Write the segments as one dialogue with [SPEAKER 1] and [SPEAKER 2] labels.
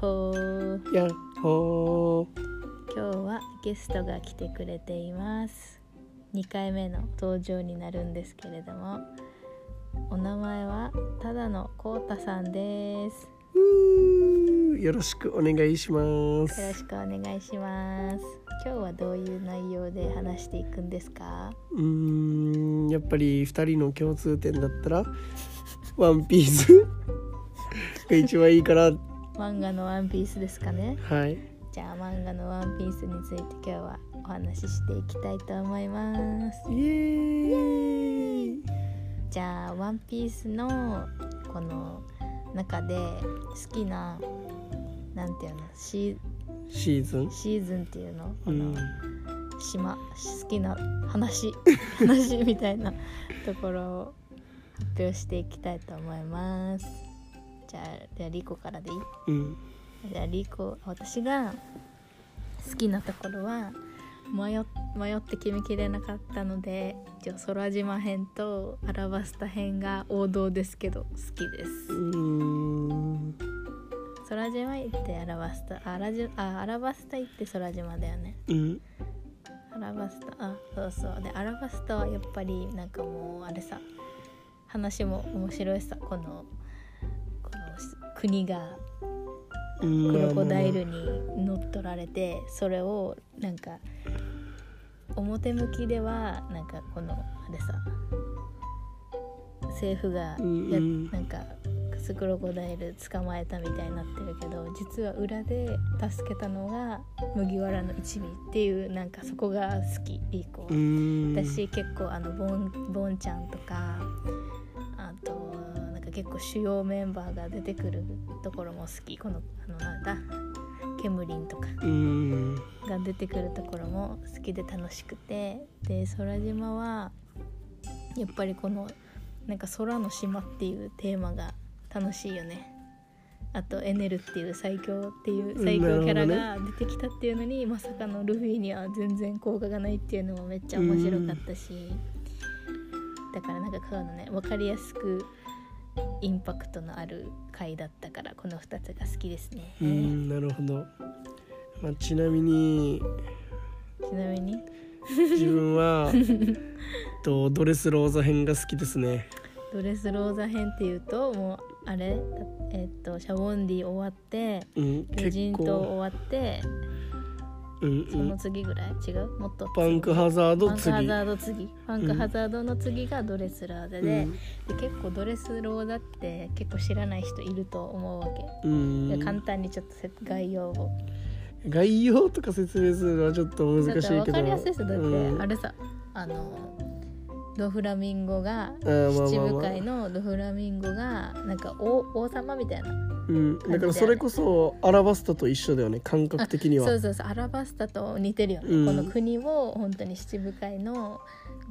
[SPEAKER 1] ほー
[SPEAKER 2] やっほー
[SPEAKER 1] 今日はゲストが来てくれています2回目の登場になるんですけれどもお名前はただのこうたさんです
[SPEAKER 2] うーよろしくお願いしま
[SPEAKER 1] よろし
[SPEAKER 2] す
[SPEAKER 1] くお願いします今日はどういう内容で話していくんですか
[SPEAKER 2] うーんやっぱり2人の共通点だったら「ワンピー スが一番いいかな
[SPEAKER 1] 漫画のワンピースですかね
[SPEAKER 2] はい
[SPEAKER 1] じゃあ漫画のワンピースについて今日はお話ししていきたいと思います
[SPEAKER 2] イエーイ
[SPEAKER 1] じゃあ「ワンピースのこの中で好きななんていうのシ
[SPEAKER 2] シーズン
[SPEAKER 1] ーシーズンっていうの
[SPEAKER 2] う
[SPEAKER 1] この
[SPEAKER 2] ん
[SPEAKER 1] 島好きな 話話みたいなところを発表していきたいと思いますじゃあじゃあリコからでいい
[SPEAKER 2] うん
[SPEAKER 1] じゃあリコ私が好きなところは迷っ迷って決めきれなかったので一応空島編とアラバスタ編が王道ですけど好きで
[SPEAKER 2] う
[SPEAKER 1] す
[SPEAKER 2] ーん
[SPEAKER 1] 空島行ってアラバスタあアラジあアラバスタ行って空島だよね
[SPEAKER 2] うん
[SPEAKER 1] アラバスタあそうそうでアラバスタはやっぱりなんかもうあれさ話も面白いさこのこのし国が
[SPEAKER 2] うん
[SPEAKER 1] クロコダイルに乗っ取られてそれをなんか表向きではなんかこのあれさ政府がや
[SPEAKER 2] うんうん
[SPEAKER 1] なんかクロコダイル捕まえたみたいになってるけど実は裏で助けたのが麦わらの一味っていうなんかそこが好きリーコは
[SPEAKER 2] う。ん
[SPEAKER 1] 私結構あのボンボンちゃんとかあとなんか結構主要メンバーが出てくるところも好きこのあのなんだケムリンとか
[SPEAKER 2] うん
[SPEAKER 1] が出てくるところも好きで楽しくてで空島はやっぱりこのなんか空の島っていうテーマが楽しいよねあとエネルっていう最強っていう最強キャラが出てきたっていうのに、まさかのルフィには全然効果がないっていうのもめっちゃ面白かったし、だからなんかこのね分かりやすくインパクトのある回だったからこの2つが好きですね、
[SPEAKER 2] うんなるほど、まあ、ちなみに
[SPEAKER 1] ちなみに
[SPEAKER 2] 自分はえっとドレスローザ編が好きですね
[SPEAKER 1] ドレスローザ編っていうともうあれえっとシャボンディ終わって
[SPEAKER 2] うん
[SPEAKER 1] 魚
[SPEAKER 2] 結
[SPEAKER 1] 人島
[SPEAKER 2] 構
[SPEAKER 1] 終わって
[SPEAKER 2] うんう
[SPEAKER 1] その
[SPEAKER 2] ん
[SPEAKER 1] 次ぐらい違うもっと
[SPEAKER 2] パンクハザード
[SPEAKER 1] パンク
[SPEAKER 2] 次
[SPEAKER 1] ハザード次パンクハザードの次がドレスローザで,、で結構ドレスローザって結構知らない人いると思うわけ、
[SPEAKER 2] うん
[SPEAKER 1] で
[SPEAKER 2] う
[SPEAKER 1] 簡
[SPEAKER 2] ん
[SPEAKER 1] 単にちょっとせ概要を
[SPEAKER 2] 概要とか説明するのはちょっと
[SPEAKER 1] だ
[SPEAKER 2] 難
[SPEAKER 1] か
[SPEAKER 2] しい
[SPEAKER 1] ら分
[SPEAKER 2] けど
[SPEAKER 1] かりやすいですだって、
[SPEAKER 2] うん
[SPEAKER 1] あれさあのドフラミンゴが
[SPEAKER 2] あーまあ
[SPEAKER 1] 七
[SPEAKER 2] まあ
[SPEAKER 1] 部
[SPEAKER 2] まあ
[SPEAKER 1] 会のドフラミンゴがなんか王王様みたいな
[SPEAKER 2] うん、だからそれこそアラバスタと一緒だよね感覚的には
[SPEAKER 1] そうそうそうアラバスタと似てるよね、
[SPEAKER 2] うん
[SPEAKER 1] この国を本当に七部会の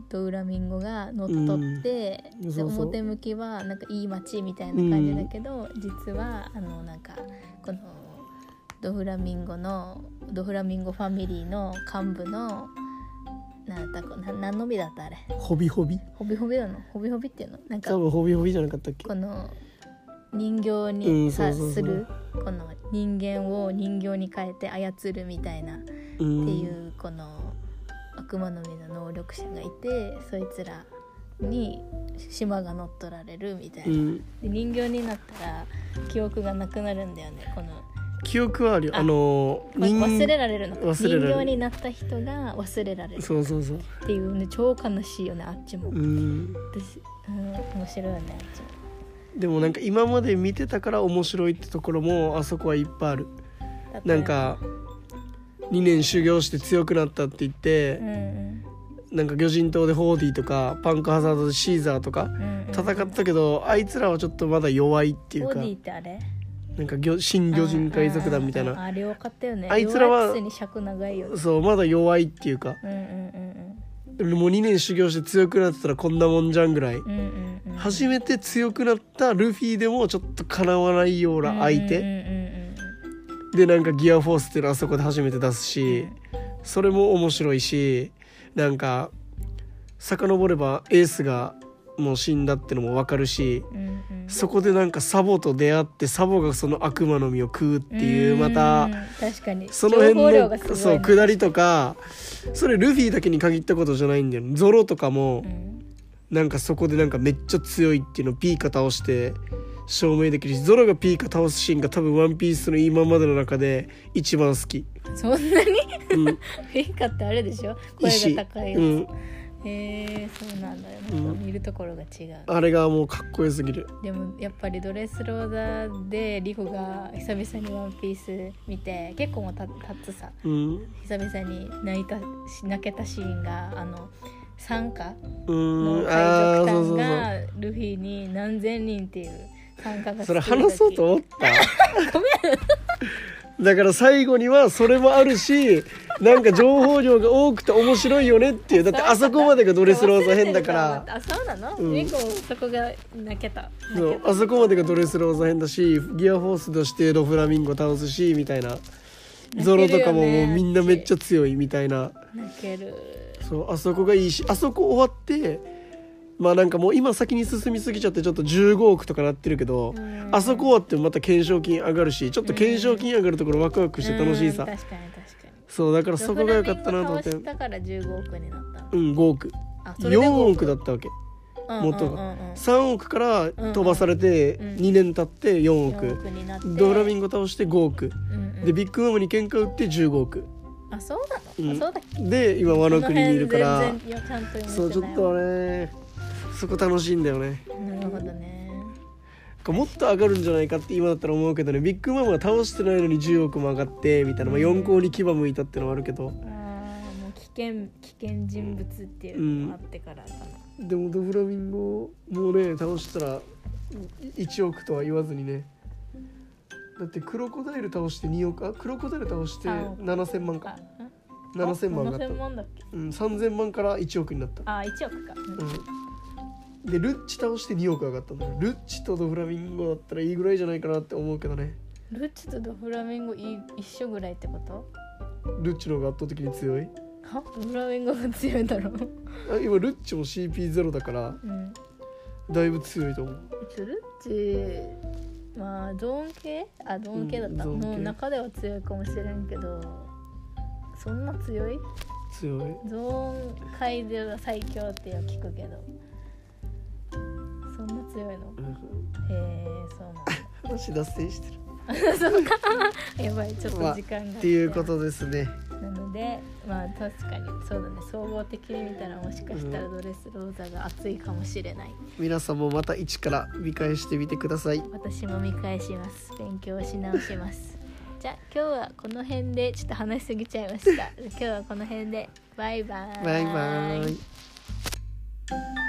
[SPEAKER 1] ドウラミンゴが乗っ取って、
[SPEAKER 2] うん
[SPEAKER 1] で
[SPEAKER 2] そうそう
[SPEAKER 1] 表向きはなんかいい町みたいな感じだけど、実はあのなんかこのドフラミンゴのドフラミンゴファミリーの幹部のなんだったこな何の実だったあれ
[SPEAKER 2] ホビホビ
[SPEAKER 1] ホビホビなのホビホビっていうのなんか
[SPEAKER 2] 多分ホビホビじゃなかったっけ
[SPEAKER 1] この人形
[SPEAKER 2] う
[SPEAKER 1] に
[SPEAKER 2] んそ
[SPEAKER 1] さ、
[SPEAKER 2] うそうそう
[SPEAKER 1] するこの人間を人形に変えて操るみたいなって
[SPEAKER 2] う
[SPEAKER 1] い
[SPEAKER 2] ん
[SPEAKER 1] うこの悪魔の実の能力者がいてそいつらに島が乗っ取られるみたいうな、
[SPEAKER 2] ん
[SPEAKER 1] で人形になったら記憶がなくなるんだよねこの
[SPEAKER 2] 記憶はあるよ
[SPEAKER 1] あ
[SPEAKER 2] あの
[SPEAKER 1] これ
[SPEAKER 2] 人
[SPEAKER 1] 忘れられるのか
[SPEAKER 2] 忘れられる
[SPEAKER 1] 人形になった人が忘れられる
[SPEAKER 2] そうそうそう
[SPEAKER 1] っていうね超悲しいよねあっちも、
[SPEAKER 2] うん
[SPEAKER 1] 私うん、面白いよねあっちも
[SPEAKER 2] でもなんか今まで見てたから面白いってところもあそこはいっぱいある
[SPEAKER 1] だって
[SPEAKER 2] なんか2年修行して強くなったって言っ
[SPEAKER 1] うん
[SPEAKER 2] て、
[SPEAKER 1] うん
[SPEAKER 2] なんか魚人島でホーディーとかパンクハザードでシーザーとか
[SPEAKER 1] うんうん
[SPEAKER 2] 戦ったけど、あいつらはちょっとまだ弱いってい
[SPEAKER 1] ボ
[SPEAKER 2] うか
[SPEAKER 1] ディってあれ
[SPEAKER 2] なんか魚新魚人海賊団みたい
[SPEAKER 1] あー
[SPEAKER 2] な
[SPEAKER 1] あれ分かったよね
[SPEAKER 2] あいつらは
[SPEAKER 1] 弱くせに尺長いよね
[SPEAKER 2] そうまだ弱いっていうか
[SPEAKER 1] うんうん
[SPEAKER 2] もう2年修行して強くなってたらこんなもんじゃんぐらい
[SPEAKER 1] うんうんうんうんうん
[SPEAKER 2] 初めて強くなったルフィでもちょっとかなわないような相手、
[SPEAKER 1] うんうんうん
[SPEAKER 2] でなんかギアフォースっていうのはそこで初めて出すし、それも面白いしなんか遡ればエースがもう死んだってのも分かるし
[SPEAKER 1] うんうん、
[SPEAKER 2] そこでなんかサボと出会ってサボがその悪魔の実を食うっていう
[SPEAKER 1] うん
[SPEAKER 2] また
[SPEAKER 1] 確かに
[SPEAKER 2] その辺
[SPEAKER 1] 情報量がすごい
[SPEAKER 2] の
[SPEAKER 1] ね
[SPEAKER 2] そう下りとかそれルフィだけに限ったことじゃないんだよゾロとか
[SPEAKER 1] う
[SPEAKER 2] も
[SPEAKER 1] ん
[SPEAKER 2] なんかそこでなんかめっちゃ強いっていうのをピーカ倒して証明できるしゾロがピーカ倒すシーンが多分「ワンピースの今までの中で一番好き。
[SPEAKER 1] そんなに
[SPEAKER 2] うん、
[SPEAKER 1] フェイカってあれで しょ
[SPEAKER 2] 石
[SPEAKER 1] 声が高いやつ、
[SPEAKER 2] うん、
[SPEAKER 1] へえそうなんだよ、
[SPEAKER 2] うん
[SPEAKER 1] 見るところが違う
[SPEAKER 2] あれがもうかっこよすぎる。
[SPEAKER 1] でもやっぱりドレスローダーでリホが久々に「ワンピース見て結構もうたたつさ
[SPEAKER 2] うん、
[SPEAKER 1] 久々に泣いたし泣けたシーンがあの参加
[SPEAKER 2] うん
[SPEAKER 1] の、海
[SPEAKER 2] ああ
[SPEAKER 1] 賊
[SPEAKER 2] ーそ
[SPEAKER 1] 団
[SPEAKER 2] うそうそう。
[SPEAKER 1] がルフィに何千人っていう参加が
[SPEAKER 2] それ話そうと
[SPEAKER 1] 思
[SPEAKER 2] 思った だから最後にはそれもあるしなんか情報量が多くて面白いよねっていうだって あそこまでがドレスローザ編だから
[SPEAKER 1] あそうなの、
[SPEAKER 2] うん
[SPEAKER 1] リホそこが泣けた
[SPEAKER 2] そ
[SPEAKER 1] 泣け
[SPEAKER 2] う
[SPEAKER 1] た
[SPEAKER 2] あそこまでがドレスローザ編だしギアフォースとしてドフラミンゴ倒すしみたいなゾロと
[SPEAKER 1] 泣
[SPEAKER 2] かも
[SPEAKER 1] ける
[SPEAKER 2] も
[SPEAKER 1] よ
[SPEAKER 2] う
[SPEAKER 1] ね
[SPEAKER 2] みんなめっちゃ強いみたいな
[SPEAKER 1] 泣ける
[SPEAKER 2] そうあそこがいいしあそこ終わってまあなんかもう今先に進みすぎちゃってちょっと15億とかなってるけど
[SPEAKER 1] うん
[SPEAKER 2] あそこ終わってもまた懸賞金上がるしちょっと懸賞金上がるところワクワクして楽しいさ
[SPEAKER 1] うん確かに確かに
[SPEAKER 2] そうだからそこが良かったなと思って
[SPEAKER 1] ドフラミンゴ倒したから15億になったの
[SPEAKER 2] うん5億
[SPEAKER 1] あそれで
[SPEAKER 2] 4
[SPEAKER 1] 5
[SPEAKER 2] 億だったわけ
[SPEAKER 1] うんうんうんうん
[SPEAKER 2] 元が3億から飛ばされて
[SPEAKER 1] うんうん
[SPEAKER 2] 2年経って4
[SPEAKER 1] 4
[SPEAKER 2] 億
[SPEAKER 1] 億になって
[SPEAKER 2] ドフラミンゴ倒して5億
[SPEAKER 1] うんうん
[SPEAKER 2] でビッグマムに喧嘩売って15億
[SPEAKER 1] あそう
[SPEAKER 2] うん
[SPEAKER 1] なの、あそうだっけ
[SPEAKER 2] で今和の国にいるから
[SPEAKER 1] この辺全然いやちゃんと読めてない
[SPEAKER 2] そうちょっとねそこ楽しいんだよね
[SPEAKER 1] なるほどね
[SPEAKER 2] もっと上がるんじゃないかって今だったら思うけどねビッグマムは倒してないのに10億も上がってみたいな、まあ、4校に牙向いたってのもあるけど
[SPEAKER 1] あーもう危険危険人物っていうのもあってからかな、
[SPEAKER 2] でもドフラミンゴもね倒したら1億とは言わずにねだってクロコダイル倒して2億あクロコダイル倒して
[SPEAKER 1] 3億
[SPEAKER 2] 7000万か
[SPEAKER 1] あん
[SPEAKER 2] 7000万だった、
[SPEAKER 1] 7000万だっけ
[SPEAKER 2] うん、3000万から1億になった、
[SPEAKER 1] あ1億か、うん
[SPEAKER 2] うん、でルッチ倒して2億上がったんだよルッチとドフラミンゴだったらいいぐらいじゃないかなって思うけどね
[SPEAKER 1] ルッチとドフラミンゴい一緒ぐらいってこと
[SPEAKER 2] ルッチの方が圧倒的に強い
[SPEAKER 1] はドフラミンゴが強いだろう、
[SPEAKER 2] あ今ルッチも CP0 だから
[SPEAKER 1] うん、
[SPEAKER 2] だいぶ強いと思う
[SPEAKER 1] つるっちまあゾーン系あゾーン系だった、
[SPEAKER 2] うんゾーン
[SPEAKER 1] の
[SPEAKER 2] 系
[SPEAKER 1] 中では強いかもしれんけどそんな強い
[SPEAKER 2] 強い
[SPEAKER 1] ゾーン界では最強っては聞くけどそんな強いのへえ そう
[SPEAKER 2] 話脱線してる
[SPEAKER 1] なんだ やばいちょっと時間が
[SPEAKER 2] っていうことですね
[SPEAKER 1] なのでまあ確かにそうだね総合的に見たらもしかしたらドレスローザが熱いかもしれない、
[SPEAKER 2] 皆さんもまた一から見返してみてください
[SPEAKER 1] 私も見返します勉強し直します じゃあ今日はこの辺でちょっと話しすぎちゃい ました今日はこの辺でバイバイ
[SPEAKER 2] バイバイ